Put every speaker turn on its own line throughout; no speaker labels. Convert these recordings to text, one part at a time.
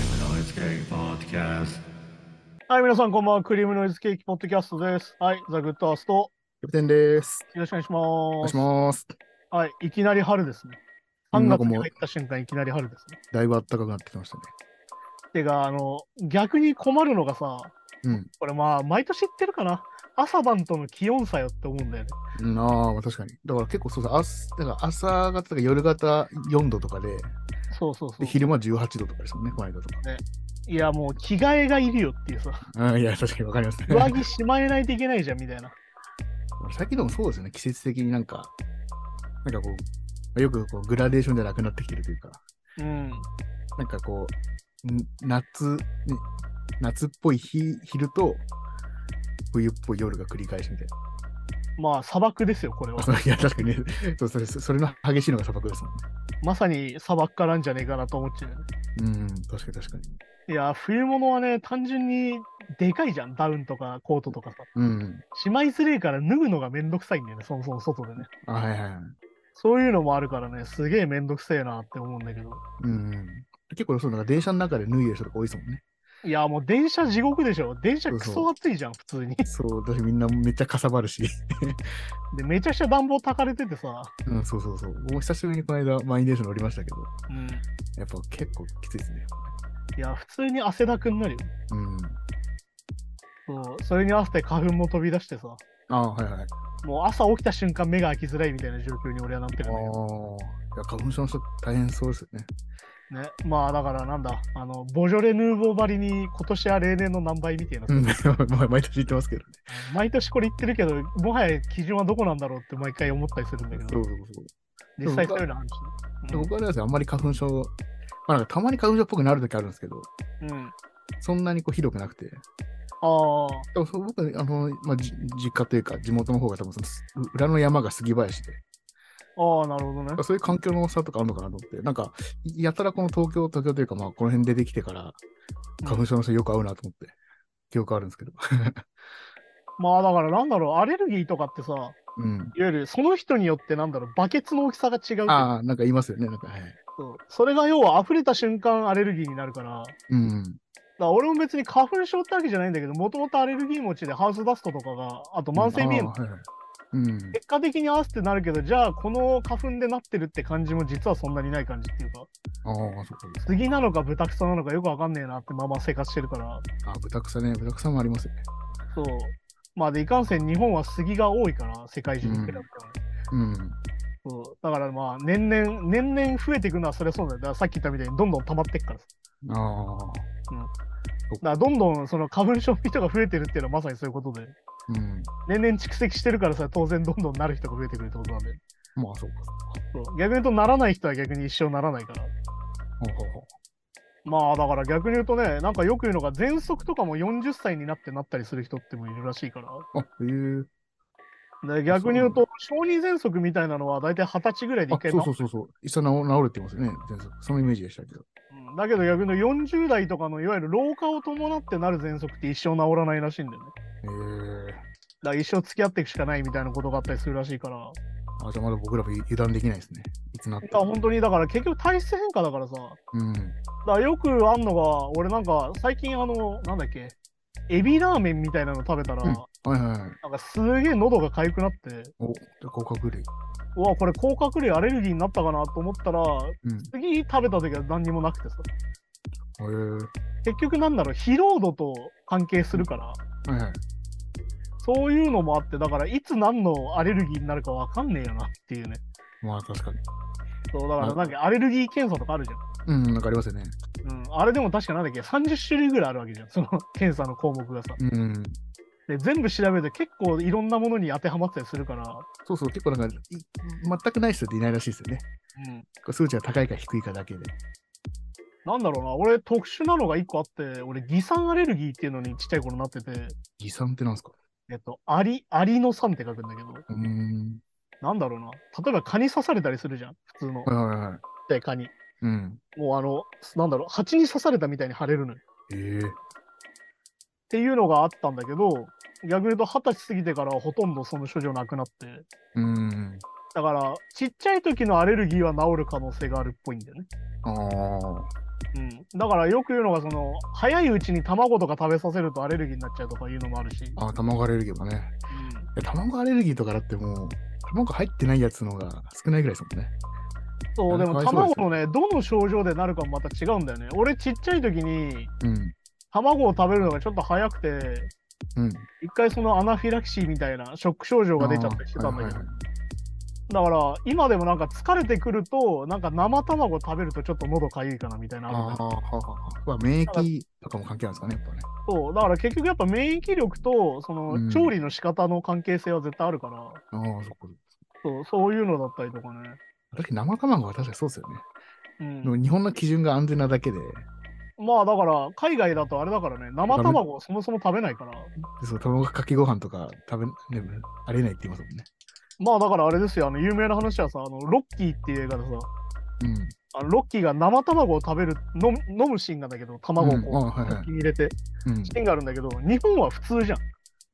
Cheesecake Podcast.
はい、皆さん、こんばんは。クリームノイズケーキポッドキャストです。はい、ザ・グッドアースト、よ
キャプテンです。
ろしくお願いし
お願
ま
い
す。
します。
はい、いきなり春ですね。
う
3
んなん
月
か
に
もう
入った瞬間、いきなり春ですね。
だいぶ暖かくなってきましたね。
てか、あの、逆に困るのがさ、
うん
これまあ、毎年言ってるかな。朝晩との気温差よって思うんだよね。
うん、ああ、確かに。だから結構そうそう、朝だから朝方とか夜方4度とかで、
そうそうそ
で
う。
昼間18度とかですもんね、この間と
いや、もう着替えがいるよっていうさ、
か。うん、いや、確かにわかりますね。
上着しまえないといけないじゃんみたいな。
最近でもそうですよね、季節的になんか、なんかこう、よくこうグラデーションじゃなくなってきてるというか、
うん。
なんかこう、ん夏、ね夏っぽい日昼と、冬っぽい夜が繰り返しみたいな。
まあ、砂漠ですよ、これは。
いや、確かにね、そうそれ、それの激しいのが砂漠ですもんね。
まさに砂漠化なんじゃねえかなと思っちゃうよね。
うん、確かに確か
い
に。
や、冬物はね、単純にでかいじゃん。ダウンとかコートとかさ。
うん。
しまいづれえから脱ぐのがめんどくさいんだよね、そもそも外でね。
あ、はいはいはい。
そういうのもあるからね、すげえめんどくせえなって思うんだけど。
うんうん。結構そう、なんか電車の中で脱いでる人とか多いですもんね。
いや、もう電車地獄でしょ。電車
そう
ク
そう
ソ暑いじゃん、普通に。
そう、私みんなめっちゃかさばるし。
で、めちゃくちゃ暖房焚かれててさ。
うん、そうそうそう。もう久しぶりにこの間、満員電車乗りましたけど、
うん。
やっぱ結構きついですね。
いや、普通に汗だくになるよ。
うん。
そう。それに合わせて花粉も飛び出してさ。
ああ、はいはい。
もう朝起きた瞬間目が開きづらいみたいな状況に俺はなってるんだけど。
ああ。いや、花粉症の人大変そうですよね。
ね、まあだからなんだ、あの、ボジョレ・ヌーボーばりに今年は例年の何倍みたいな、
うん、 毎毎年言ってますけどね。
毎年これ言ってるけど、もはや基準はどこなんだろうって毎回思ったりするんだけ
そ
ど
う、そうそう。
実際そういうのある
で
し。
僕はですね、あんまり花粉症、まあなんかたまに花粉症っぽくなる時あるんですけど、
うん。うん、あ
そんなにこうひどくなくて。
あ、
でもそう僕はあの、まあ、じ実家というか、地元の方が多分その、う裏の山が杉林で、
ああ、なるほどね。
そういう環境の差とかあるのかなと思って、なんか、いやたらこの東京、東京というか、まあ、この辺出てきてから、花粉症の人よく会うなと思って、記憶あるんですけど。
まあだからなんだろう、アレルギーとかってさ、いわ
うん。
ゆるその人によってなんだろう、バケツの大きさが違う
ああ、なんか言いますよね、なんか、はい。
けど、それが要は溢れた瞬間アレルギーになるから、
うん。
だから俺も別に花粉症ってわけじゃないんだけど、もともとアレルギー持ちでハウスダストとかが、あと慢性鼻炎
ああはいはい。うん。
結果的に合わせてなるけど、じゃあこの花粉でなってるって感じも実はそんなにない感じっていうか、
ああ、そうか。
杉なのか豚草なのかよくわかんねえなってまあまあ生活してるから、
ああ、豚草ね、豚草もありますよね。
そう。まあで、いかんせん日本は杉が多いから、世界中に比べてもね。
うん。
そうだからまあ年々、年々増えていくのはそれはそうだよ。だからさっき言ったみたいにどんどん溜まっていくからさ。
ああ。
だからどんどんその花粉症の人が増えてるっていうのはまさにそういうことで、
うん。
年々蓄積してるからさ、当然どんどんなる人が増えてくるってことなんで。
まあ、そうか。
そう逆に言うとならない人は逆に一生ならないから。
ほうほうほう
まあだから逆に言うとね、なんかよく言うのが、喘息とかも40歳になってなったりする人ってもいるらしいから。
あ、へえ。
で逆に言うと、小児喘息みたいなのは大体二十歳ぐらいで
あ
一、回
そ
な
うそうそうそう。一緒に治治るって言いますよね。全然そのイメージでしたけど。
うんだけど逆に言うと40代とかのいわゆる老化を伴ってなる喘息って一生治らないらしいんだよね。
へ
だ
え。
から一生付き合っていくしかないみたいなことがあったりするらしいから。
あ、じゃあまだ僕らも油断できないですね。いつなって
だから
も。
本当にだから結局体質変化だからさ。だか
うん。
らよくあんのが、俺なんか最近あの、なんだっけ、エビラーメンみたいなの食べたら、
うんはいはいはい。
なんかすげえ喉が痒くなって。
お、じゃあ甲殻類。
うわこれ甲殻類アレルギーになったかなと思ったら
うん。
次食べた時は何にもなくてさ
へえ。
結局なんだろう疲労度と関係するから
はいはい。
そういうのもあってだからいつ何のアレルギーになるかわかんねえよなっていうね
まあ確かに。
そうだから
うん
なんかアレルギー検査とかあるじ
うん、なんかありますよね。
ゃん、うん、あれでも確かなんだっけ30種類ぐらいあるわけじゃんその 検査の項目がさ
うん。
で全部調べて結構いろんなものに当てはまってたりするから、
そうそう、結構なんか、い全くない人っていないらしいですよね。
うん、
こう数値が高いか低いかだけで。
なんだろうな俺特殊なのが1個あって俺偽酸アレルギーっていうのにちっちゃい頃なってて
偽酸ってなんですか
えっとアリアリの酸って書くんだけど
うーん。
なんだろうな。例えば蚊に刺されたりするじゃん。普通の
はいはいはい。
で蚊に。
うん。
もうあの、なんだろう、蜂に刺されたみたいに腫れるのよ。っ
へえ。
ていうのがあったんだけど、逆に言うと二十歳過ぎてからはほとんどその症状なくなって。
うん。
だから、ちっちゃい時のアレルギーは治る可能性があるっぽいんだよね。
ああ。
うん、だからよく言うのがその早いうちに卵とか食べさせるとアレルギーになっちゃうとかいうのもあるし、
ああ、卵アレルギーもね。いや卵アレルギーとかだってもう、卵入ってないやつの方が少ないぐらいですもんね。
そうで
かわ
も
いそうです
卵
よ
のねどの症状でなるかもまた違うんだよね俺ちっちゃい時に
うん。
卵を食べるのがちょっと早くて
うん。
一回そのアナフィラキシーみたいなショック症状が出ちゃったりしてたんだけど、
あーはいはいはい
だから今でもなんか疲れてくるとなんか生卵食べるとちょっと喉かゆいかなみたいなのあるんだ
あ
けど
あ、はあはあはあ。免疫とかも関係あるんですかね、やっぱね。
そうだから結局やっぱ免疫力とその、
うん
調理の仕方の関係性は絶対あるから
ああ、そっか。
そうそういうのだったりとかね、
確かに生卵は確かにそうですよね。
うん
でも日本の基準が安全なだけで、
まあだから海外だとあれだからね生卵をそもそも食べないから
でその卵かけご飯とか食べ、ね、ありえないって言いますもんね。
まあだからあれですよあの有名な話はさあのロッキーっていう映画でさ
うん。
あのロッキーが生卵を食べる飲む飲むシーンなんだけど卵をこう、
うんあはいはい
コップに入れて
うん
シーンがあるんだけど日本は普通じゃん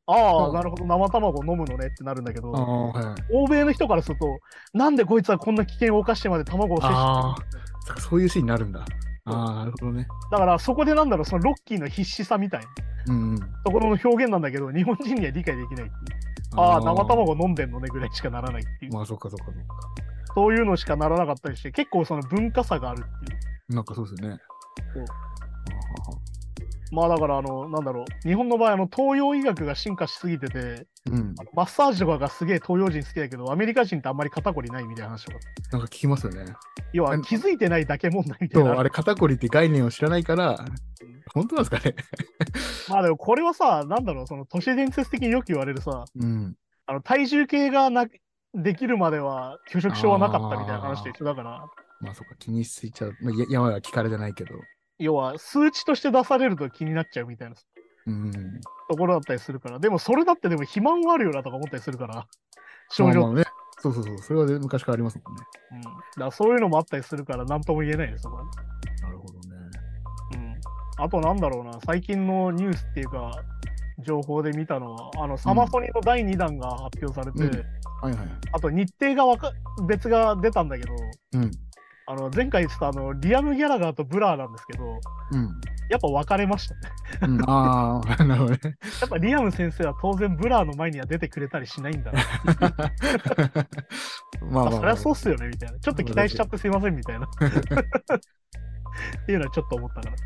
ああなるほど生卵飲むのねってなるんだけど
ああ、はいはい。
欧米の人からするとなんでこいつはこんな危険を冒してまで卵を摂取
ああ、そっかそういうシーンになるんだ。ああ、なるほどね。
だからそこでなんだろうそのロッキーの必死さみたいな
うんうん。
ところの表現なんだけど日本人には理解できないっていうああ生卵飲んでんのねぐらいしかならないっていう、
まあ、そっかそっかそっか。
そういうのしかならなかったりして結構その文化差があるっていう
なんかそうですよね。
そう
ああ
まあだからあのなんだろう日本の場合あの東洋医学が進化しすぎてて
うん
あ、のマッサージとかがすげえ東洋人好きだけどアメリカ人ってあんまり肩こりないみたいな話とか
なんか聞きますよね。
要
あ
は
の
気づいてないだけ問題みた
そ、
いうな
あれ、肩こりって概念を知らないから、本当なんですかね。
まあでもこれはさなんだろうその都市伝説的によく言われるさ
うん。
あの体重計がなできるまでは拒食症はなかったみたいな話と一緒だから
まあ、そっか、気にしすぎちゃう。まあ、ややは聞かれてないけど。
要は数値として出されると気になっちゃうみたいな
うん。
ところだったりするからでもそれだってでも肥満はあるよなとか思ったりするから症
まあ
状、
まあね。そうそうそう。それはね昔からありますもんね。
うん、だからそういうのもあったりするから何とも言えないですそこは、
なるほどね。
うん、あとなんだろうな最近のニュースっていうか情報で見たのはあのサマソニの第2弾が発表されて、
うんはいはい。
あと日程がわか別が出たんだけど
うん。
あの前回言ってたあのリアム・ギャラガーとブラーなんですけど
うん。
やっぱ別れましたね
うん、あ あ、なるほどね。
やっぱリアム先生は当然ブラーの前には出てくれたりしないんだな
まあまあ、ま
ま
あ、
あ、そりゃそうっすよねみたいな。ちょっと期待しちゃってすいませんみたいな。っていうのはちょっと思ったから。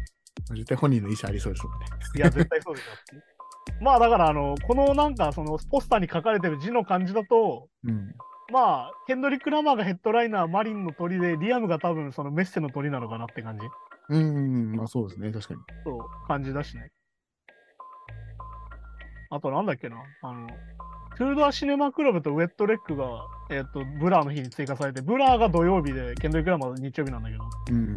絶対本人の意思ありそうですもんね。
いや、絶対そうですよって。まあだから、あの、このなんか、そのポスターに書かれてる字の感じだと、
うん。
まあ、ヘンドリック・ラマーがヘッドライナー、マリンの鳥で、リアムが多分そのメッセの鳥なのかなって感じ。
うん、まあそうですね、確かに。
そう、感じだしね。あとなんだっけな、あの、トゥードアシネマクラブとウェットレックが、えっ、と、ブラーの日に追加されて、ブラーが土曜日で、ケンドリック・ラマーが日曜日なんだけど、
うん。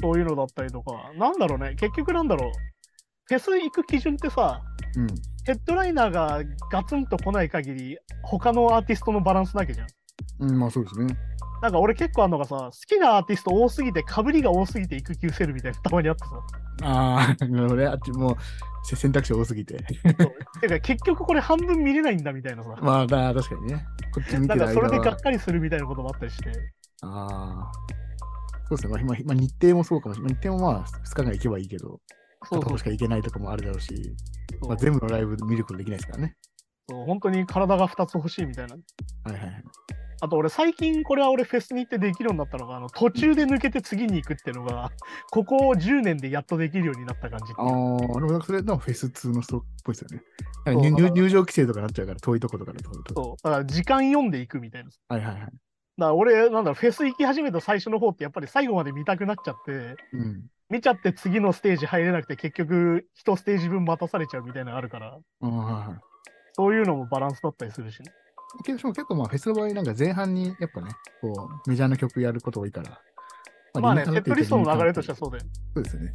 そういうのだったりとか、なんだろうね、結局なんだろう、フェス行く基準ってさ、
うん。
ヘッドライナーがガツンと来ない限り、他のアーティストのバランスなきゃじゃん。
うん、まあそうですね。
なんか俺結構あんのがさ、好きなアーティスト多すぎて、かぶりが多すぎて育休せるみたいな、たまにあってさ。
ああ、 なるほどね。あっちもう選択肢多すぎて。
てか結局これ半分見れないんだみたいなさ。
まあだ、確かにね。こっち見
なん
てる
かそれ
間
でがっ
は。
かりするみたいなこともあったりして。
ああ。そうですね、まあ、まあ、日程もそうかもしれない。日程もまあ2日間行けばいいけど、
そう
片
そう
方しか行けないとかもあるだろうし、
そう
まあ、全部のライブ見ることできないですからね。
そう本当に体が2つ欲しいみたいな。
はいはいはい。
あと俺最近これは俺フェスに行ってできるようになったのがあの途中で抜けて次に行くっていうのが ここ10年でやっとできるようになった感じって
あ
いう
あ、でもなんかそれ、でもフェス2の人っぽいですよね。なん
そう
か入
だから
入入場規制とかなっちゃうから、遠いとことかだと。
そうだから時間読んでいくみたいなだか
はいはいはい。
ら俺なんだろうフェス行き始めた最初の方ってやっぱり最後まで見たくなっちゃって
うん。
見ちゃって次のステージ入れなくて結局1ステージ分待たされちゃうみたいなのがあるから
あーはいはい。
そういうのもバランスだったりするしね
けど、しかも結構まあフェスの場合、なんか前半にやっぱね、こう、メジャーな曲やること多いから。
まあね
リ
セ
ミ
ッ
ター
トリストの流れとしては
そ
そうだよ
うですよね。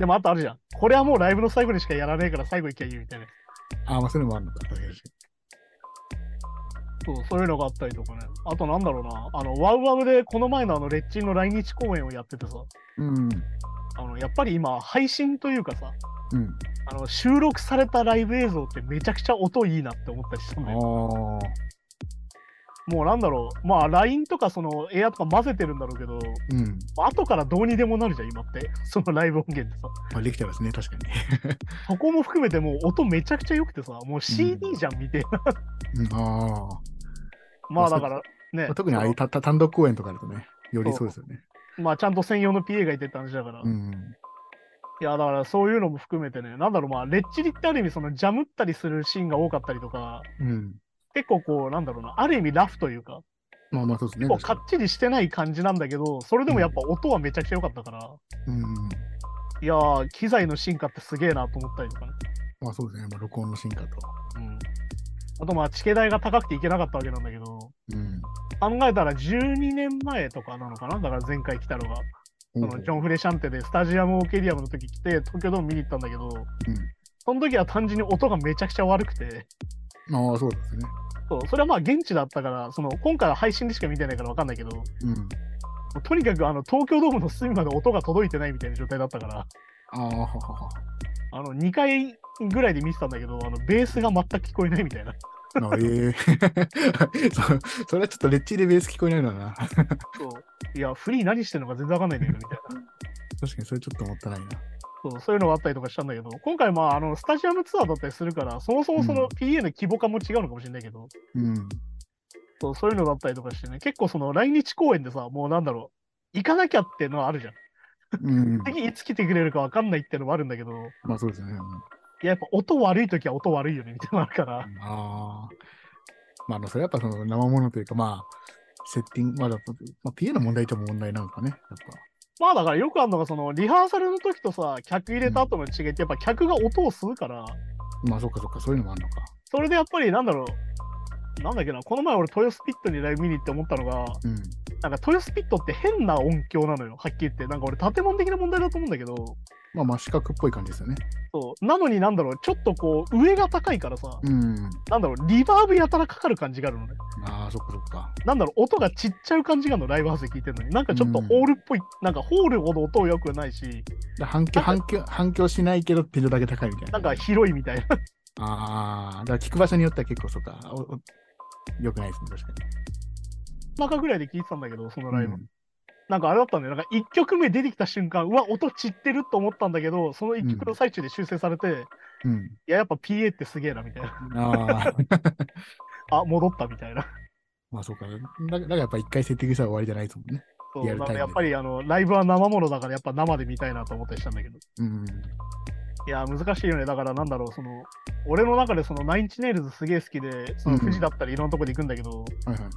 でもあとあるじゃんこれはもうライブの最後にしかやらねえから最後行きゃいいみたいな
ああ、まあそれもあるのか。確かに
そうそういうのがあったりとかね。あとなんだろうな、あの、ワウワウでこの前のあの、レッチンの来日公演をやっててさ、
うん。
あの、やっぱり今、配信というかさ、
うん。
あの、収録されたライブ映像ってめちゃくちゃ音いいなって思ったりしたんだよ。
あ
もうなんだろう、まあ LINE とかそのエアとか混ぜてるんだろうけど、
うん。
後からどうにでもなるじゃん、今って。 そのライブ音源でさ。
まあ、できてますね、確か
そこも含めてもう音めちゃくちゃ良くてさ、もう CD じゃん、みたいな。
に。 うん、ああ。
まあだから、ね
まあ。特にああいうたた単独公演とかだとね、よりそうですよね。
まあちゃんと専用の PA がいてって話だから。
う
い
ん。
や、だからそういうのも含めてね、なんだろう、まあ、レッチリってある意味、そのジャムったりするシーンが多かったりとか、
うん。
結構こう、なんだろうな、ある意味ラフというか、
まあまあそうですね。
結構か
確
っ
か
ちりしてない感じなんだけど、それでもやっぱ音はめちゃくちゃ良かったから、
にうん。
いやー、機材の進化ってすげえなと思ったりとかね。
まあそうですね。まあ、録音の進化と。
うんあとまあ地形代が高くていけなかったわけなんだけど、
うん。
考えたら12年前とかなのかなだから前回来たのが、そのジョン・フレシャンテでスタジアム・オーケリアムの時来て、東京ドーム見に行ったんだけど、その時は単純に音がめちゃくちゃ悪くて、
うん、ああ、そうですね。
そうそれはまあ現地だったから、その今回は配信でしか見てないからわかんないけど、も
うん。
うとにかくあの東京ドームの隅まで音が届いてないみたいな状態だったから、
ああ、ははは。
あの2回ぐらいで見てたんだけど、あのベースが全く聞こえないみたいな。
あ ええそ それはちょっとレッチリでベース聞こえないのな。
そういや、フリー何してんのか全然わかんないんだけど、みたいな。
確かにそれちょっともったいないな。
そうそういうのがあったりとかしたんだけど、今回、まあ、あのスタジアムツアーだったりするから、そもそもその
うん
PA の規模感も違うのかもしれないけど、
うん。
そうそういうのだったりとかしてね、結構その来日公演でさ、もうなんだろう、行かなきゃっていうのはあるじゃん。
うん。
次いつ来てくれるか分かんないっていうのもあるんだけど、い
まあそうですよね。うん
や、やっぱ音悪いときは音悪いよねみたいなのあるから、
ああ。まああの、それやっぱその生ものというか、まあ、セッティング、まあ、だまあ、PA の問題とも問題なのかね。やっ
まあだからよくあるのが、そのリハーサルの時とさ、客入れた後の違いって、やっぱ客が音を吸うから、
ぱ。まあそっかそっか、そういうのもあるのか。
それでやっぱりなんだろう、なんだっけな、この前俺、豊スピットにライブ見に行って思ったのが、
うん。
なんか豊スピットって変な音響なのよ、はっきり言って。なんか俺、建物的な問題だと思うんだけど、
まあまあ、四角っぽい感じですよね。
そうなのになんだろう、ちょっとこう、上が高いからさ、
うん。
なんだろう、リバーブやたらかかる感じがあるのね。
ああ、そっかそっか。
なんだろう、音がちっちゃい感じがあるの、ライブハウスで聞いてるのに。なんかちょっと
うん
ホールっぽい、なんかホールほど音良くないし、
で反響、
なん
反響、反響しないけど、ピルだけ高いみたい
な
な。
んか広いみたいな。
ああ、だから聞く場所によっては結構そうか。おおよくないですね、確かに。
中ぐらいで聞いてたんだけど、そのライブ。
うん
なんかあれだったんだよ。なんか1曲目出てきた瞬間、うわ、音散ってると思ったんだけど、その1曲の最中で修正されて、い
うん。
や、やっぱ PA ってすげえな、みたいな。
ああ、
あ、戻った、みたいな。
まあそうか。だだからやっぱ一回セッティングしたら終わりじゃないですもんね。
そう
リア
なん
ルタ
か
イムで
やっぱりあのライブは生ものだからやっぱ生で見たいなと思ったりしたんだけど
うん。
いやー難しいよねだからなんだろうその俺の中でそのナインチネイルズすげえ好きでその
うん
富士だったりいろんなとこで行くんだけど、も
はいはい。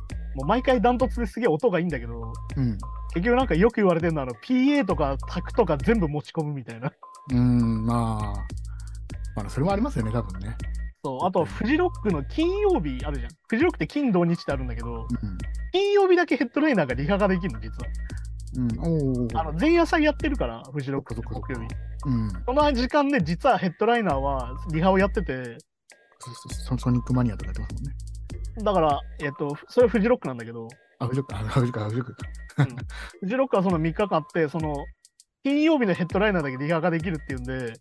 う毎回ダントツですげえ音がいいんだけど
うん。
結局なんかよく言われてるのはあの PA とかタクとか全部持ち込むみたいな
うん、まあ。まあ、それもありますよね、多分ね。
そうあとフジロックの金曜日あるじゃんフジロックって金土日ってあるんだけど
うん
金曜日だけヘッドライナーがリハができるの実は。
うん、おお。
あの前夜祭やってるからフジロックって
そっかそっか
木曜日
うん
この時間で実はヘッドライナーはリハをやってて
そそそソニックマニアとかやってますもんね。
だから、えっと、それはフジロックなんだけど、
あ、フジロック、あ、フジロック、あフジロックか。
フジロックはその3日間あって、その、金曜日のヘッドライナーだけリハができるっていうんで、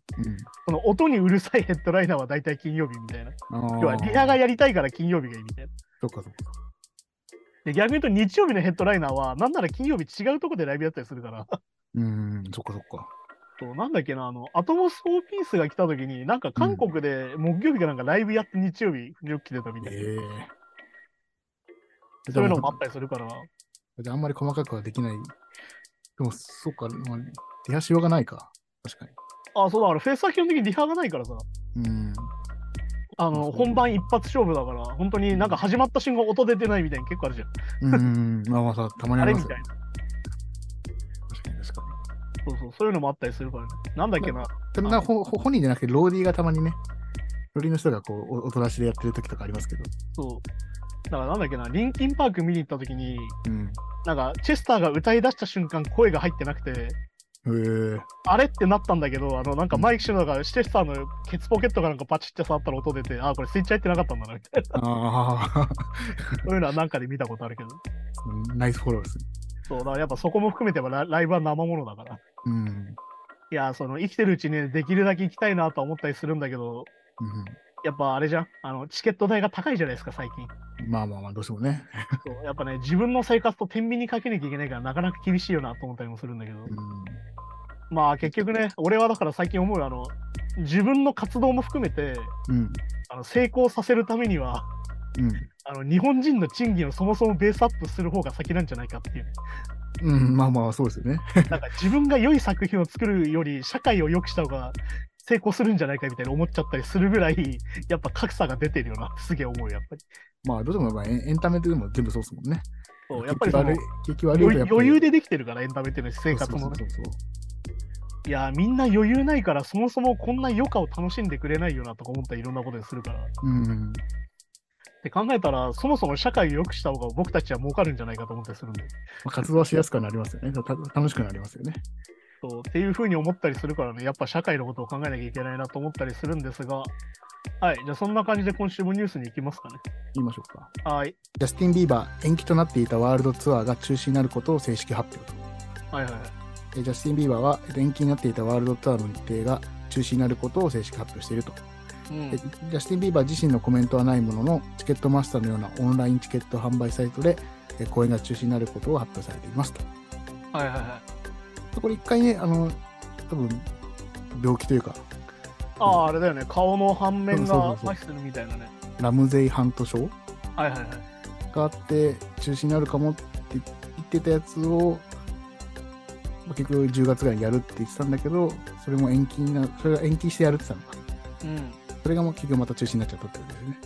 その音にうるさいヘッドライナーは大体金曜日みたいな。
うん。あー
要はリハがやりたいから金曜日がいいみたいな。
そっかそっか。
で逆に言うと日曜日のヘッドライナーは、なんなら金曜日違うとこでライブやったりするから、
うん、そっかそっか。
そうなんだっけな、あの、アトモス・オーピースが来た時に、なんか韓国で木曜日かなんかライブやって日曜日、フジロック来てたみたいな。
ええ
そういうのもあったりするから、
であんまり細かくはできない。でも、そうか、まあ、出やしようがないか。確か
あ、そうだ、あのフェスは基本的にリハがないからさ、
に。うん。
あ
まあそ
の
う
本番一発勝負だから、本当になんか始まった瞬間音出てないみたいに結構あるじゃん。
うん。まあまあさ、たまに
あ
あ
れ
り
み
ま
た
す
い
よ
な。
確かに確かに。
そうそう、そういうのもあったりするからね。なんだっけな。
でもなほほ本人じゃなくて、ローディーがたまにね、ローディーの人がこう、お音出しでやってる時とかありますけど。
そう。だからなんだっけな、リンキンパーク見に行った時に、
うん。
なんかチェスターが歌い出した瞬間声が入ってなくて、
へえ。
あれってなったんだけど、あのなんかマイクしてるのがチェスターのケツポケットかなんかパチって触ったら音出て、あ、これスイッチ入ってなかったんだなみたい
ああ、
な。そういうのはなんかで見たことあるけど。
ナイスフォローですね。
そう、だからやっぱそこも含めてはラライブは生ものだから。
うん。
いや、その生きてるうちにねできるだけ行きたいなとは思ったりするんだけど、やっぱあれじゃんあの、チケット代が高いじゃないですか、最近。
まあまあまあ、どうしてもね。
そうやっぱね、自分の生活と天秤にかけなきゃいけないから、なかなか厳しいよなと思ったりもするんだけど。
うん。
まあ結局ね、俺はだから最近思う、あの、自分の活動も含めて、
うん。
あの成功させるためには、
う
あの日本人の賃金をそもそもベースアップする方が先なんじゃないかっていう。
ん。うん、まあまあ、そうですよね。
なんか自分が良い作品を作るより、社会を良くした方が成功するんじゃないかみたいな思っちゃったりするぐらい、やっぱ格差が出てるよな、すげえ思うよ、やっぱり。
まあ、どうしてもまあエンエンタメでも全部そうですもんね。
そうやっぱりその
結局悪い、結局悪いとやっ
余
ぱり
余裕でできてるから、エンタメっていうのは生活もね。
そうそうそうそう
いやーみんな余裕ないからそもそもこんな余暇を楽しんでくれないよなとか思ったりいろんなことにするから。っ
うん。
て考えたらそもそも社会を良くした方が僕たちは儲かるんじゃないかと思ったりするんで。
まあ、活動はしやすくはなりますよね。た楽しくなりますよね。
そうっていうふうに思ったりするからねやっぱ社会のことを考えなきゃいけないなと思ったりするんですがはいじゃあそんな感じで今週もニュースに行きますかね。
言いましょうか。
はい
ジャスティン・ビーバー、延期となっていたワールドツアーが中止になることを正式発表と。
はいはいはい。
えジャスティン・ビーバーはえ延期になっていたワールドツアーの日程が中止になることを正式発表していると。
うん
でジャスティン・ビーバー自身のコメントはないものの、チケットマスターのようなオンラインチケット販売サイトでえ公演が中止になることを発表されていますと。
はいはいはい。
これ一回ね、あの、多分病気というか、
あああれだよね顔の反面
そ
が
うそうそうそう
麻痺するみたいなね。
ラムゼイ・ハント症
はいはいはい。
があって、中止になるかもって言ってたやつを、まあ結局10月ぐらいにやるって言ってたんだけど、それも延期にな、それが延期してやるって言ってたのか。
うん
それがもう結局また中止になっちゃったってことですね。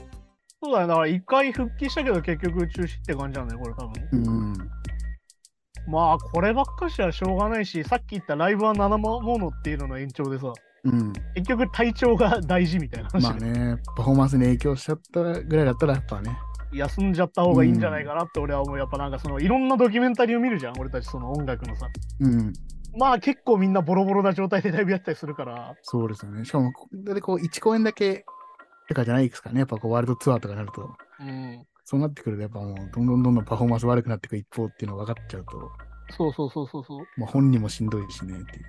そうだよ、ね、だから一回復帰したけど結局中止って感じなんだよこれ多分。
うん。
まあこればっかしはしょうがないしさっき言ったライブは生ものっていうのの延長でさ
うん。
結局体調が大事みたいな話で、
まあね、パフォーマンスに影響しちゃったぐらいだったら、やっぱね、
休んじゃった方がいいんじゃないかなって俺は思うやっぱなんかそのいろんなドキュメンタリーを見るじゃん俺たちその音楽のさ
うん、
まあ結構みんなボロボロな状態でライブやったりするから
そうですよね。しかも、これでこう、1公演だけとかじゃないですかね、やっぱこう、ワールドツアーとかになると、
うん
そうなってくると、やっぱもう、どんどんどんどんパフォーマンス悪くなっていく一方っていうのが分かっちゃうと、
そうそうそうそうそう
まあ、本人もしんどいしね、っていう。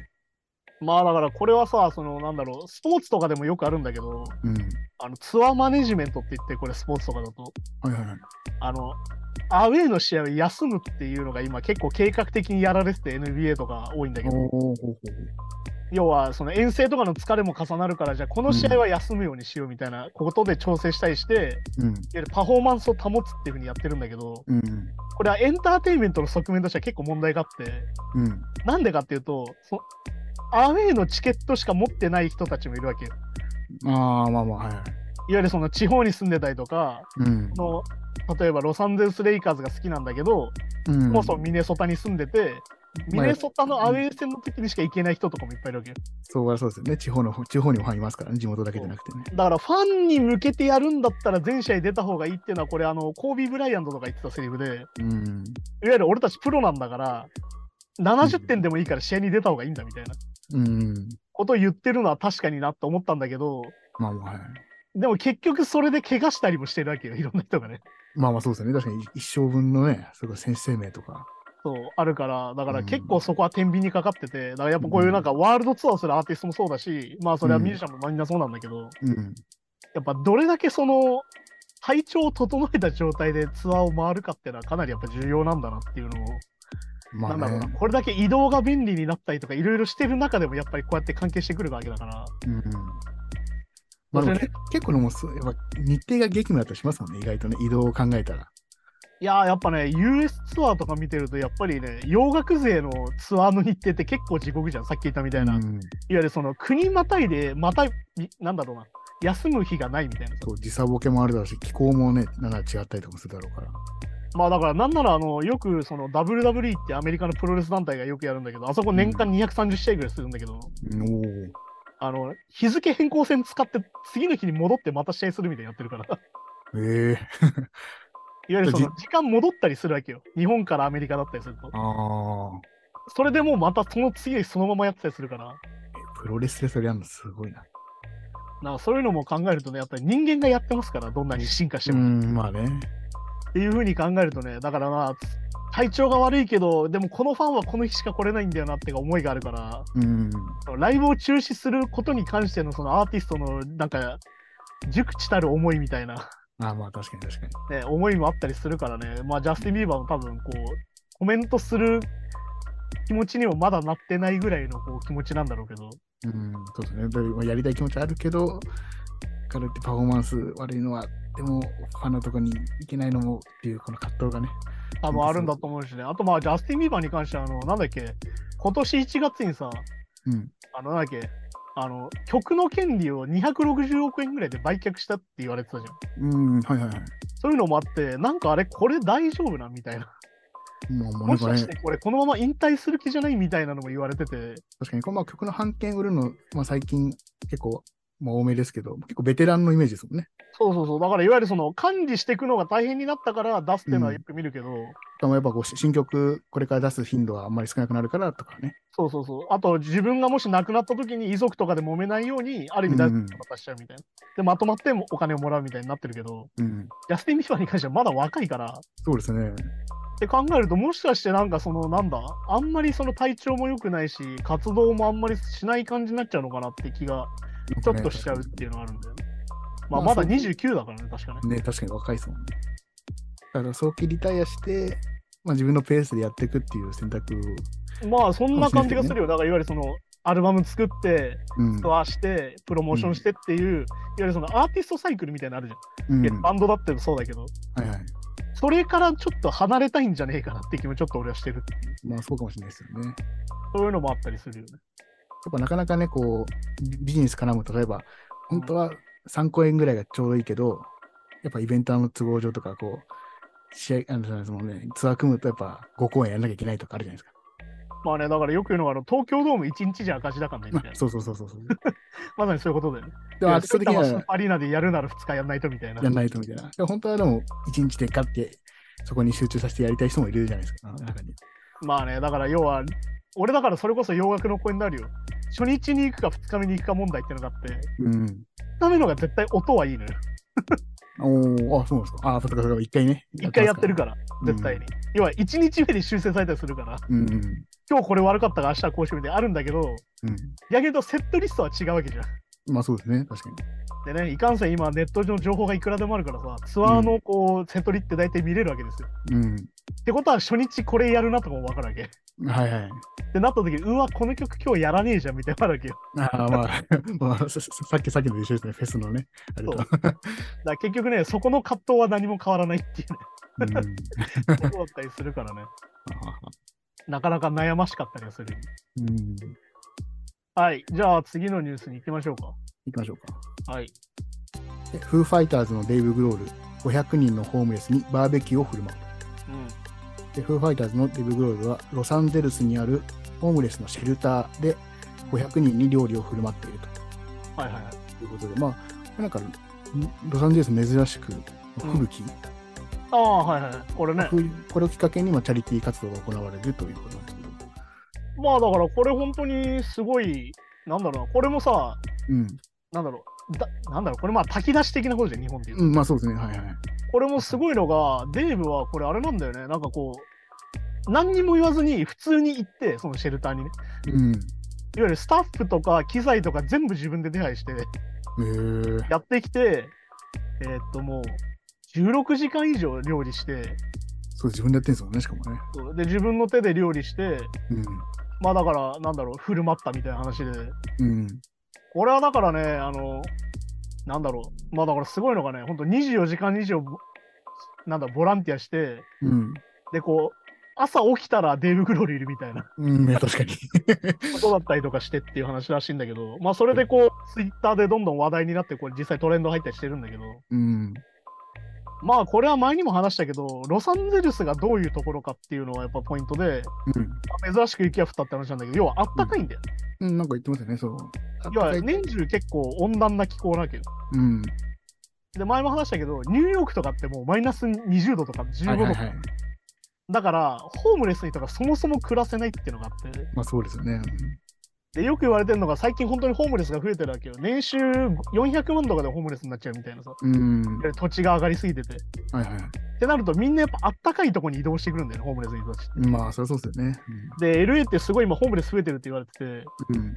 まあだからこれはさそのなんだろうスポーツとかでもよくあるんだけど
うん。
あのツアーマネジメントって言ってこれスポーツとかだと
はいはいはい。
あのアウェーの試合を休むっていうのが今結構計画的にやられてて NBA とか多いんだけど
おお
要はその遠征とかの疲れも重なるからじゃあこの試合は休むようにしようみたいなことで調整したりして、いわ
うん。
ゆるパフォーマンスを保つっていうふうにやってるんだけど
うん。
これはエンターテインメントの側面としては結構問題があって
うん。
なんでかっていうとそのアウェーのチケットしか持ってない人たちもいるわけよ
ああ、まあまあ、はいは
い
い。
わゆるその地方に住んでたりとか
うん。
この例えばロサンゼルス・レイカーズが好きなんだけど、
うん、
もうそうミネソタに住んでてミ
まあ
ネソタのアウェー戦の時にしか行けない人とかもいっぱいいるわけよ
そうはそうですよね。地方の、地方にもファンいますからね、地元だけじゃなくてね。
だからファンに向けてやるんだったら全試合出た方がいいっていうのはこれあのコービー・ブライアントとか言ってたセリフでいわ
うん。
ゆる俺たちプロなんだから70点でもいいから試合に出た方がいいんだみたいな
うん。
ことを言ってるのは確かになと思ったんだけど
まあまあ、はい。
でも結局それで怪我したりもしてるわけよいろんな人がね
まあまあ、そうですよね。確かに一生分のね、それから選手生命とか。
そうあるからだか
う
ら
ん
結構そこは天秤にかかっててだからやっぱこういうなんかワールドツアーをするアーティストもそうだしまあそれはミュージシャンもみんなそうなんだけど
うん。
やっぱどれだけその体調を整えた状態でツアーを回るかっていうのはかなりやっぱ重要なんだなっていうのを
ま
な
あ
んだろうな
ね。
これだけ移動が便利になったりとかいろいろしてる中でもやっぱりこうやって関係してくるわけだから
うん。まあで
そ
も
れね
結構のもうそうやっぱ日程が激務だったりしますもんね、意外とね、移動を考えたら。
いやーやっぱね US ツアーとか見てるとやっぱりね洋楽勢のツアーの日程って結構地獄じゃんさっき言ったみたいな、
う
いわ
ん、
ゆるその国またいでまたいなんだろうな休む日がないみたいな
そう時差ボケもあるだろうし、気候もね、なんなら違ったりとかもするだろうから。
まあだからなんならあのよくその WWE ってアメリカのプロレス団体がよくやるんだけどあそこ年間230試合ぐらいするんだけど、
うんおー
あの日付変更線使って次の日に戻ってまた試合するみたいにやってるから いわ
ええ
ゆるそ
じ
の時間戻ったりするわけよ日本からアメリカだったりすると
ああ。
それでもうまたその次の日そのままやってたりするから
プロレスでそれやるのすごいな。
なんかそういうのも考えるとねやっぱり人間がやってますからどんなに進化して
う
も、
ん、まあね。
っていうふうに考えるとねだからまあ体調が悪いけどでもこのファンはこの日しか来れないんだよなって思いがあるから
うん。
ライブを中止することに関してのそのアーティストのなんか熟知たる思いみたいな、
ああ、まあ確かに確かに。
ね、思いもあったりするからね、まあ、ジャスティン・ビーバーも多分こう、コメントする気持ちにもまだなってないぐらいのこう気持ちなんだろうけど、
うん、そうですね。だからやりたい気持ちはあるけど、彼ってパフォーマンス悪いのは、でも、他のとこに行けないのもっていう、この葛藤がね。
多分あるんだと思うしね、あとまあ、ジャスティン・ビーバーに関しては、あの、なんだっけ、今年1月にさ、
うん。
あの、なんだっけ、あの、曲の権利を260億円ぐらいで売却したって言われてたじゃん。
うん、はいはいはい。
そういうのもあって、なんかあれ、これ大丈夫なみたいな。
もう、も
も
うね
し
こ
か
れ、
して、これ、このまま引退する気じゃないみたいなのも言われてて、
確かに、このまあ曲の版権売るの、まあ最近結構、まあ多めですけど、結構ベテランのイメージですもんね。
そうそうそう、だからいわゆるその管理していくのが大変になったから出すっていうのはよく見るけど、
でもやっぱこう、新曲、これから出す頻度はあんまり少なくなるからとかね。
そうそうそう、あと自分がもし亡くなった時に遺族とかで揉めないように、ある意味大事なこと渡しちゃうみたいな。で、まとまってお金をもらうみたいになってるけど、
うん。
ジャスティン・ビーバーに関してはまだ若いから、
そうですね。
って考えると、もしかしてなんかその、なんだ、あんまりその体調も良くないし、活動もあんまりしない感じになっちゃうのかなって気がちょっとしちゃうっていうのがあるんだよね。まあ、
ま
ま
あ
だ
そう
29だからね、確かね。
ね、確かに若いですもんね。だから早期リタイアして、まあ、自分のペースでやっていくっていう選択を、
まあ、そんな感じがするよ。だから、いわゆるその、アルバム作って、
うん
ツアーして、プロモーションしてっていう、いわゆるそのアーティストサイクルみたいなのあるじ
うん
ゃん。いやバンドだってそうだけど、
はいはい。
それからちょっと離れたいんじゃねえかなって気もちょっと俺はしてる。
まあそうかもしれないですよね。やっ
そういうのもあったりするよね。
ぱなかなかね、こう、ビビジネス絡む、例えば、本当は3公演ぐらいがちょうどいいけど、やっぱイベントの都合上とか、こう、試合、あの、そのね、ツアー組むとやっぱ5公演やらなきゃいけないとかあるじゃないですか。
まあね、だからよく言うのが、あの東京ドーム1日じゃ赤字だ からね、みたい
まあ
な。
そうそうそうそうそう。
まさにそういうことだよね。
でも、アーティスト
埼
的に
玉
は
スーパーアリーナでやるなら2日やんないとみたいな。
やんないとみたいな。でも本当はでも、1日でガッて、そこに集中させてやりたい人もいるじゃないですか。中に。
まあね、だから要は、俺だからそれこそ洋楽の子になるよ。初日に行くか2日目に行くか問題ってのがあって、
うん。
2日目のが絶対音はいいのよ。
おお、あ、そうなんですか。あ、そうか、そうか、一回ね。
1回やってるか
ら。
ら、絶対に。要は1日目で修正されたりするから、
うん、うん、
今日これ悪かったから明日はこうしてみてあるんだけど、
う
逆に言うとセットリストは違うわけじゃん。
ん。まあそうですね、確かに。
でね、いかんせん今ネット上の情報がいくらでもあるからさ、ツアーのこう、セトリって大体見れるわけですよ。
うん。
ってことは初日これやるなとかも分かるわけ。
はいはい。
でなった時に、うわ、この曲今日やらねえじゃんみたいなのあるわけよ。
ああ、 まあ、まあ、さささっきさっきの一緒ですね、フェスのね。あれと。
そうだから結局ね、そこの葛藤は何も変わらないっていうね、
うん、あ
ことだったりするからね、なかなか悩ましかったりはする。
うん。
はい、じゃあ次のニュースに行きましょう
行きましょうか。
か。はい。
でフーファイターズのデイブ・グロール、500人のホームレスにバーベキューを振る舞う。
うん。
でフーファイターズのデイブ・グロールは、ロサンゼルスにあるホームレスのシェルターで500人に料理を振る舞っていると。
はいはいはい。
ということで、まあ、なんか、んロサンゼルス珍しく、吹雪、
ああ、はいはいはい。これね。
こういうこれをきっかけに、まあ、チャリティー活動が行われるということなんですけど。
まあだからこれ本当にすごい、なんだろうな、これもさ、
うん。
なんだろう、だなんだろう、これまあ炊き出し的なことじゃん、日本っていう。
うん、まあそうですね。はいはい。
これもすごいのが、デーブはこれあれなんだよね、なんかこう、何にも言わずに普通に行って、そのシェルターにね。
う
い
ん。
わゆるスタッフとか機材とか全部自分で手配して、
へえ
やってきて、えーっともう、16時間以上料理して、
そう、自分でやってるんですもんね、しかもね。
そうで、自分の手で料理して、まあだから、なんだろう、振る舞ったみたいな話で、
うん。うん。
これはだからね、あの、なんだろう、まあだからすごいのがね、ほんと24時間以上、なんだ、ボランティアして、
うん。
で、こう、朝起きたらデーブ・グロールいるみたいな
うん、いや確かに。
ことだったりとかしてっていう話らしいんだけど、まあそれでこう、ツイッターでどんどん話題になって、これ実際トレンド入ったりしてるんだけど、
うん。
まあこれは前にも話したけど、ロサンゼルスがどういうところかっていうのはやっぱポイントで、
うん
まあ珍しく雪が降ったって話なんだけど、要はあったかいんだよ。
うん。なんか言ってますよね、そう。
要は年中結構温暖な気候なわけよ。
うん。
で、前も話したけど、ニューヨークとかってもうマイナス20度とか15度
はい
とか、
はいはい。
だからホームレスにとかそもそも暮らせないっていうのがあって、
まあそうですよね。
で、よく言われてるのが最近本当にホームレスが増えてるわけよ。年収400万とかでホームレスになっちゃうみたいなさ。
うん。
で土地が上がりすぎてて。っ
はいはい。
てなるとみんなやっぱあったかいとこに移動してくるんだよね、ホームレスに人たちって。
まあ、そりゃそうですよね。
で、LA ってすごい今ホームレス増えてるって言われてて、
うん。うん、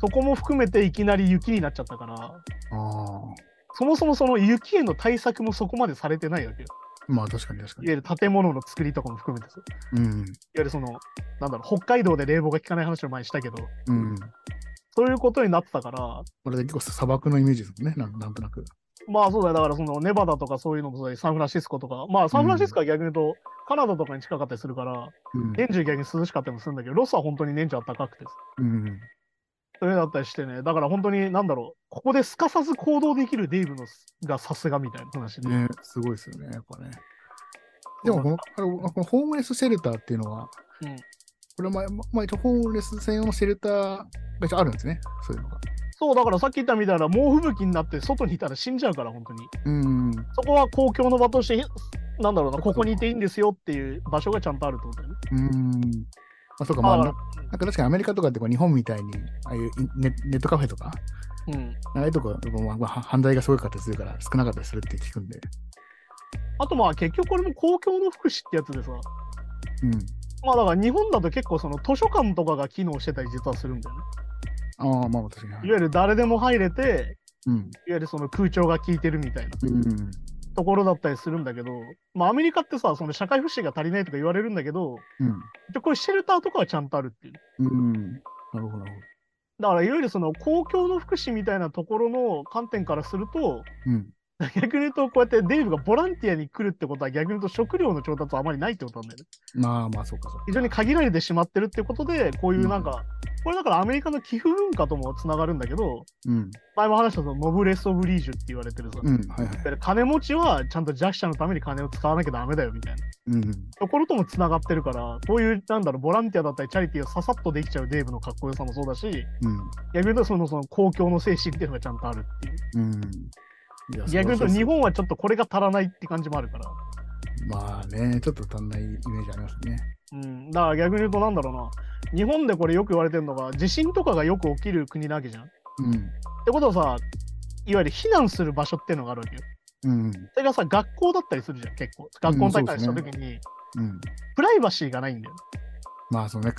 そこも含めていきなり雪になっちゃったから、
ああ。
そもそもその雪への対策もそこまでされてないわけよ。
まあ確かに確か
いわ
に。
ゆる建物の作りとかも含めてさいわ
うん。
ゆるその、なんだろう、北海道で冷房が効かない話を前にしたけど、
うん。
そういうことになってたから、
これで結構砂漠のイメージですもんね。なんなんとなく。
まあそうだよ、だからそのネバダとかそういうのもそうだしサンフランシスコとか、まあサンフランシスコは逆に言うと、カナダとかに近かったりするから、
うん。
年中逆に涼しかったりもするんだけど、ロスは本当に年中暖かくて、
うん。
そういうのだったりしてね、だから本当に、なんだろう、ここですかさず行動できるデイブのすがさすがみたいな話で、
ね、すごいですよね、やっぱね。でもこの、あのこのホームレスシェルターっていうのは、
うん
これは、まあ、まあ、一応ホームレス専用のシェルターが一応あるんですね、そういうのが。
そう、だからさっき言ったみたいな、猛吹雪になって外にいたら死んじゃうから、本当に。
うん。うん
そこは公共の場として、なんだろうな、ここにいていいんですよっていう場所がちゃんとあるってことだよね。
うん。まあ、そうか、まあ、
だ
な
か
なん
ら
か確かにアメリカとかってこう日本みたいに、ああいうネネットカフェとか、
うん、
ああいうとこ、まあまあ、犯罪がすごかったりするから、少なかったりするって聞くんで。
あとまあ結局これも公共の福祉ってやつでさ、
うん。
まあだから日本だと結構その図書館とかが機能してたり実はするんだよね。
ああ、まあ、確か
い
に。
わゆる誰でも入れて、
うん。
いわゆるその空調が効いてるみたいな
うん。
ところだったりするんだけど、まあアメリカってさ、その社会福祉が足りないとか言われるんだけど、
うん。
でこれシェルターとかはちゃんとあるっていう。
うん。なるほど、なる
だからいわゆるその公共の福祉みたいなところの観点からすると、
ほど。うん。
逆に言うとこうやってデイブがボランティアに来るってことは逆に言うと食料の調達はあまりないってことなんだよね。
まあまあ、そうか、そうか。
非常に限られてしまってるってことで、こういうなんか、これだからアメリカの寄付文化ともつながるんだけど、
うん。
前も話したそのノブレス・オブリージュって言われてるさ、
うん。はいはい。
金持ちはちゃんと弱者のために金を使わなきゃダメだよみたいな
うん。
ところともつながってるからこういうなんだろうボランティアだったりチャリティーをささっとできちゃうデーブのかっこよさもそうだし
うん。
逆に言うとそのその公共の精神っていうのがちゃんとあるっていう
うん。いや
逆に言うと日。本はちょっとこれが足らないって感じもあるから、
素晴らしいですまあね、ちょっと足んないイメージありますね。
うん、だから逆に言うとなんだろうな日本でこれよく言われてるのが地震とかがよく起きる国なわけじゃん。っ
うん。
てことはさいわゆる避難する場所っていうのがあるわけよ。
うん。
それがさ学校だったりするじゃん結構学校の大会した時に、
うん。
プライバシーがないんだよ。
まあ、そのね、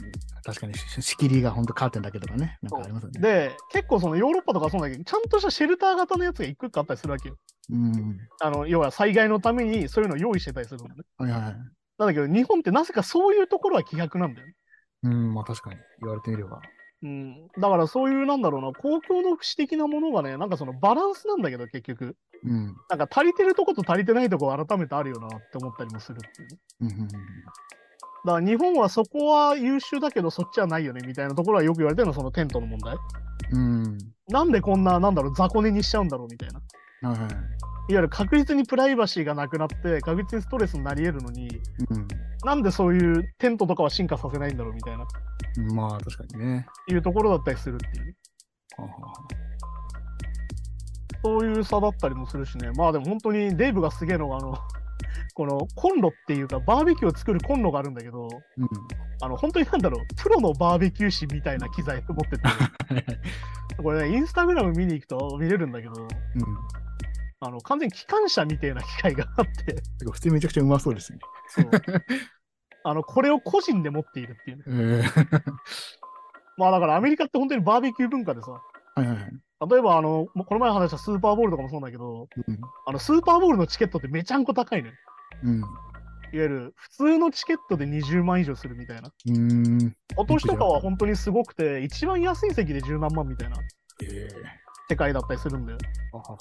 確かにし仕切りが本当カーテンだけとかね、なんかありますよね。
で、結構そのヨーロッパとかそうだけど、ちゃんとしたシェルター型のやつがいくつかあったりするわけよ。
うん。
あの要は災害のためにそういうのを用意してたりするのね。
はいはい。
なんだけど、日本ってなぜかそういうところは希薄なんだよね。
うん、まあ確かに。言われてみれば。
うん、だからそういうなんだろうな公共の福祉的なものがねなんかそのバランスなんだけど結局
うん。
なんか足りてるとこと足りてないとこ改めてあるよなって思ったりもするっていう
うんうん
だから日本はそこは優秀だけどそっちはないよねみたいなところはよく言われてるのはそのテントの問題
うん。うん。
なんでこんななんだろう雑魚寝にしちゃうんだろうみたいな
はいはい。
いわゆる確実にプライバシーがなくなって確実にストレスになり得るのに
う。
なんでそういうテントとかは進化させないんだろうみたいなん
まあ確かにね。
いうところだったりするっていう
はあはあ
そういう差だったりもするしねまあでも本当にデイブがすげえのがあのこのコンロっていうかバーベキューを作るコンロがあるんだけど
うん。
あの本当になんだろうプロのバーベキュー師みたいな機材を持 っててこれねインスタグラム見に行くと見れるんだけど
うん。
あの完全に機関車みたいな機械があって
てか普通にめちゃくちゃうまそうですね。
そう あのこれを個人で持っているっていうね
えー
まあだからアメリカって本当にバーベキュー文化でさ、
はいはいはい。
例えばあの、もうこの前話したスーパーボールとかもそうなんだけど、
うん。
あのスーパーボールのチケットってめちゃんこ高いの、よ。
うん。
い
う
わゆる普通のチケットで20万以上するみたいな。
ーん。
お年とかは本当にすごくて、一番安い席で10何万みたいな
ええー。
世界だったりするんだよ。
あはは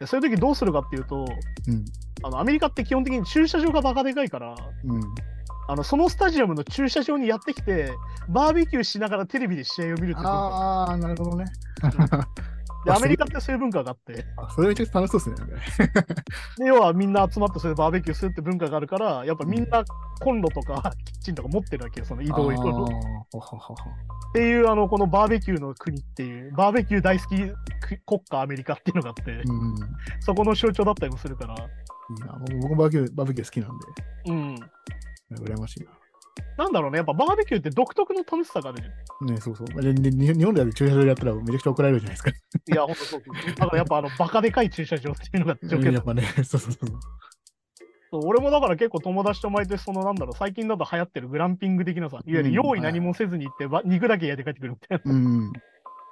でそういう時どうするかっていうと、
うん。
あのアメリカって基本的に駐車場がバカでかいから、
うん。
あのそのスタジアムの駐車場にやってきて、バーベキューしながらテレビで試合を見るって文化
ああ、なるほどね。
で、アメリカってそういう文化があって。
あそれめちゃくちゃ楽しそうですね。なんかね
で要はみんな集まってそれでバーベキューするって文化があるからやっぱみんなコンロとかキッチンとか持ってるわけよその移動移
あー
動
はははは
っていうあのこのバーベキューの国っていうバーベキュー大好き国家アメリカっていうのがあって
うん。
そこの象徴だったりもするから
いいな。僕もバーベキュー、バーベキュー好きなん
う
で、
ん
羨ましい
なんだろうねやっぱバーベキューって独特の楽しさがあるじゃん
な。ね、そうそう。でで日日本で駐車場でやったらめちゃくちゃ怒られるじゃないですか。
いやほんとそうそうだからやっぱあのバカでかい駐車場っていうのが条件
やっぱね、 そうそうそう。
そう俺もだから結構友達と毎年そのなんだろう最近だと流行ってるグランピング的なさいわゆる用意何もせずに行って、わ肉だけ焼いて帰ってくるみたいな
うん。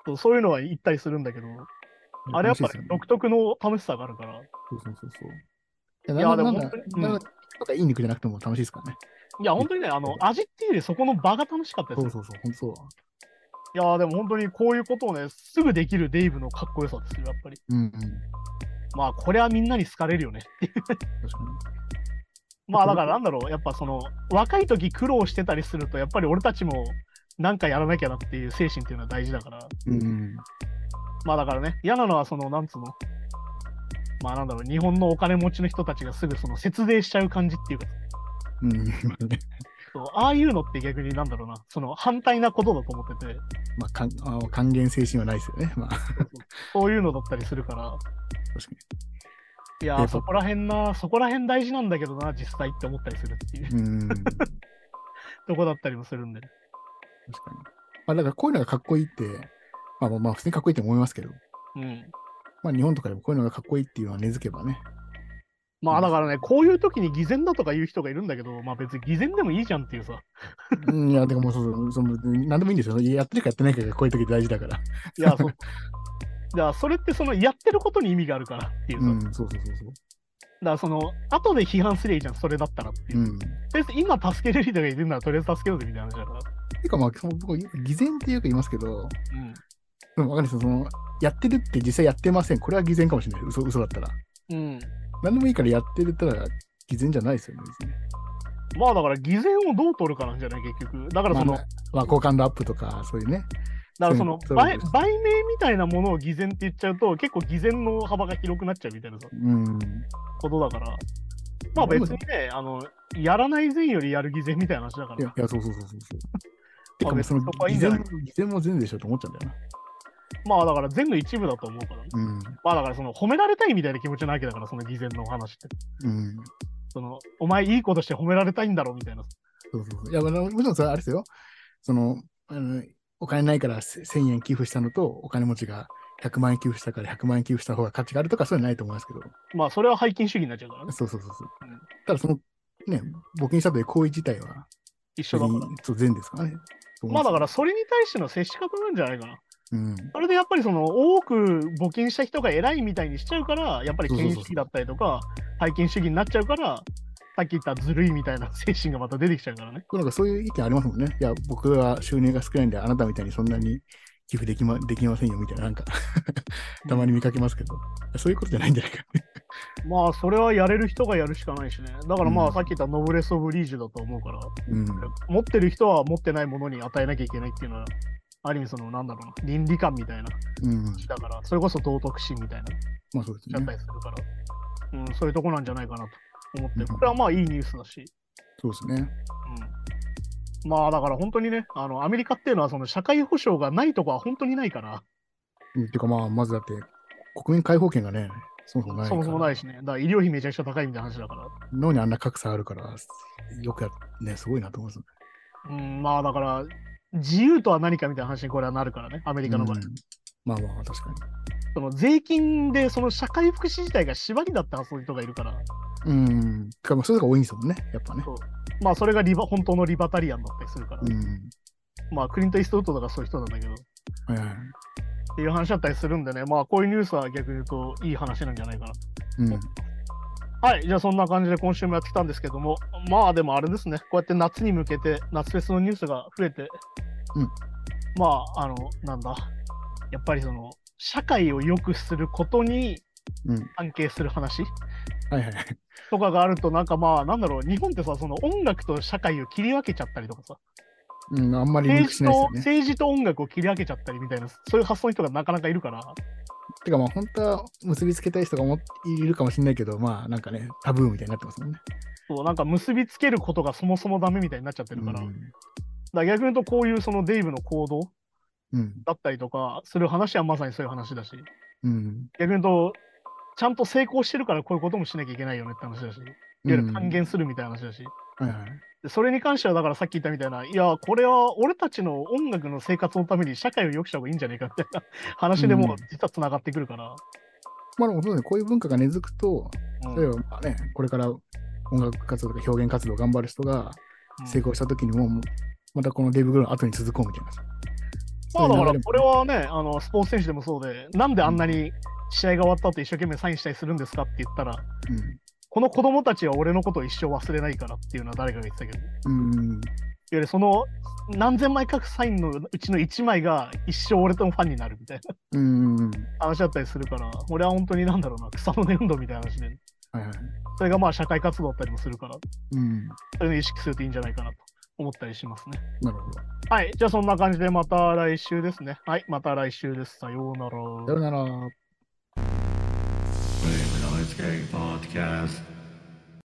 そうそういうのは行ったりするんだけどあれやっぱ、ね
面白いですよね、
独特の楽しさがあるから。
そうそうそうそう。
いや
なん
でも
か、なんか
本当に
なんかなんかいい肉じゃなくても楽しいですからね。
いや、本当にね、あの、味っていうよりそこの場が楽しかったで
そ
す
う。そうそう、本当そう。
いやーでも本当にこういうことをね、すぐできるデイブのかっこよさですよ、やっぱり。
うんうん。
まあ、これはみんなに好かれるよね。
確かに。
まあ、だからなんだろう、やっぱその、若い時苦労してたりすると、やっぱり俺たちも、なんかやらなきゃなっていう精神っていうのは大事だから。
うんうん。
まあだからね、嫌なのはその、なんつうの、まあなんだろう、日本のお金持ちの人たちがすぐその節税しちゃう感じっていうか、
うん うん。まあね
そうああいうのって逆になんだろうな、その反対なことだと思ってて、
まあ、かんあの還元精神はないですよね。まあ、
そういうのだったりするから、
確か
いやー、そこら辺な、そこら辺大事なんだけどな、実際って思ったりするっていう
に。うん。確か
とこだったりもするんで、
に。まあ、だからこういうのがかっこいいって、まあまあまあ、普通にかっこいいと思いますけど、
うん。
まあ、日本とかでもこういうのがかっこいいっていうのは根付けばね。
まあだからね、こういう時に偽善だとか言う人がいるんだけど、まあ別に偽善でもいいじゃん っていうさ、
うん、いや、でもうそうそう、その、なんでもいいんですよ。やってるかやってないかがこういう時大事だから。
い や、そう。だからそれってそのやってることに意味があるからっていう
う
さ、
ん、そうそうそうそう。
だからその後で批判すりゃいいじゃんそれだったらっていう、
うん。
とりあえず今助けれる人がいるならとりあえず助けようぜみたいな話だから、
てかまあ、その僕、偽善ってよく言いますけど、
うん
でもわかんないですよ。その、やってるって実際やってません。これは偽善かもしれない。嘘、嘘だったら。
うん、
何でもいいからやってるったら偽善じゃないですよね、別に。
まあだから偽善をどう取るかなんじゃない結局だからその、
まあ、まあ、好感度アップとか、そういうね。
だからその
そう
売
そうです
売名みたいなものを偽善って言っちゃうと結構偽善の幅が広くなっちゃうみたいなさ
うん。
ことだからまあ別にねあのやらない善よりやる偽善みたいな話だか
い
ら
や、いやそうそうそうそうそう。
まあ
てかもう
別
そ
に
の
そこはいい
偽
んじゃな
善
い
偽善も善でしょと思っちゃうんだよ
まあだから善の一部だと思うからねまあだからその褒められたいみたいな気持ちなわけだからその偽善の話って
な。うん。うん。
そのお前いいことして褒められたいんだろうみたいな
そうそうそう。いや、まあ、もちろんそれはあれですよ。その、あのお金ないからせ1000円寄付したのと、お金持ちが100万円寄付したから100万円寄付した方が価値があるとか、そういうのはないと思いますけど。
まあそれは背筋主義になっちゃうからね
そうそうそうそう
うん。
ただその、ね、募金したという行為自体は、
一緒
別
だから
にそう善ですからね。。
まあだかららそれに対しての接し方なんじゃないかな。
うん。
それでやっぱりその多く募金した人が偉いみたいにしちゃうから、やっぱり権威主義だったりとか、拝見主義になっちゃうから、さっき言ったずるいみたいな精神がまた出てきちゃうからね。
なんかそういう意見ありますもんね。いや、僕は収入が少ないんで、あなたみたいにそんなに寄付できまできませんよみたいな、なんか、 たまに見かけますけど、そういうことじゃないんじゃないかって。
まあそれはやれる人がやるしかないしね。だからま
う
あ
ん
さっき言ったノブレス・オブ・リージュだと思うから、
うん。
持ってる人は持ってないものに与えなきゃいけないっていうのは、ある意味そのなんだろうな、倫理観みたいな
うん。
だから、それこそ道徳心みたいな。
まあそうです
だった
ね。
りするから、うん、そういうとこなんじゃないかなと思って
う
る、
ん
これはまあいいニュースだし、
そうですね。
うん、まあだから本当にね、あのアメリカっていうのはその社会保障がないとこは本当にないから、
うんてかまあ、まずだって、国民解放権がね、そもそもないか
そ
ら。
もそもないしね、だから医療費めちゃくちゃ高いみたいな話だから、
なのにあんな格差あるから、よくやっね、すごいなと思いますよね。
うん、まあだから、自由とは何かみたいな話にこれはなるからね、アメリカの場合。
うんまあまあ、確か
その税金でその社会福祉自体が縛りだったそういう人がいるから、
に。うん。てかまあ、そういうのが多いんですもんね、やっぱね。
まあそれがリバ本当のリバタリアンだったりするから、
うん。
まあクリント・イーストウッドとかそういう人なんだけど、
はいはい。
っていう話だったりするんでね、まあこういうニュースは逆に言うといい話なんじゃないかな。
うん。
はい、じゃあそんな感じで今週もやってきたんですけども、まあでもあれですね、こうやって夏に向けて夏フェスのニュースが増えて、
うん
まああの、なんだ、やっぱりその、社会を良くすることに
うん。
関係する話
はいはい。
とかがあると、なんかまあなんだろう、日本ってさ、その音楽と社会を切り分けちゃったりとかさ、
うん、あんまりリン
政
ク
治
しな
と
いですよね。
政治と音楽を切り分けちゃったりみたいな、そういう発想の人がなかなかいるから、
てかまあ本当は結びつけたい人がもいるかもしれないけど、まあなんかね、タブーみたいになってますもんね。
そうなんか結びつけることがそもそもダメみたいになっちゃってるから、だから逆に言うとこういうそのデイブの行動
うん。
だったりとかする話はまさにそういう話だし
うん。
逆に言うとちゃんと成功してるからこういうこともしなきゃいけないよねって話だしいわ
う
ゆる
ん。
還元するみたいな話だし、
はいはい。
でそれに関してはだからさっき言ったみたいないやこれは俺たちの音楽の生活のために社会を良くした方がいいんじゃないかみたいな話でも
うん
実はつながってくるから、
まあでもそうですね、こういう文化が根付くと、
うん
例えばまあね、これから音楽活動とか表現活動を頑張る人が
うん
成功した時にも、またこのデイブ・グローの後に続こうみたいな。
まあだか
そういう流れ
ら
も
これはね、あのスポーツ選手でもそうで、なんであんなに試合が終わった後一生懸命サインしたりするんですかって言ったら、この子供たちは俺のことを一生忘れないからっていうのは誰かが言ってたけど、いわ
うん。うん。
ゆるその何千枚書くサインのうちの1枚が一生俺ともファンになるみたいな
うん。
話だったりするから、俺は本当になんだろうな、草の根運動みたいな話で、
はいはい。
それがまあ社会活動だったりもするから、
うん。
そういうのを意識するといいんじゃないかなと思ったりしますね。
なるほど。さ
はい、じゃあそんな感じでまた来週ですね。はい、また来週です。さようなら。
ようなら。
Brave Noise Gang Podcast.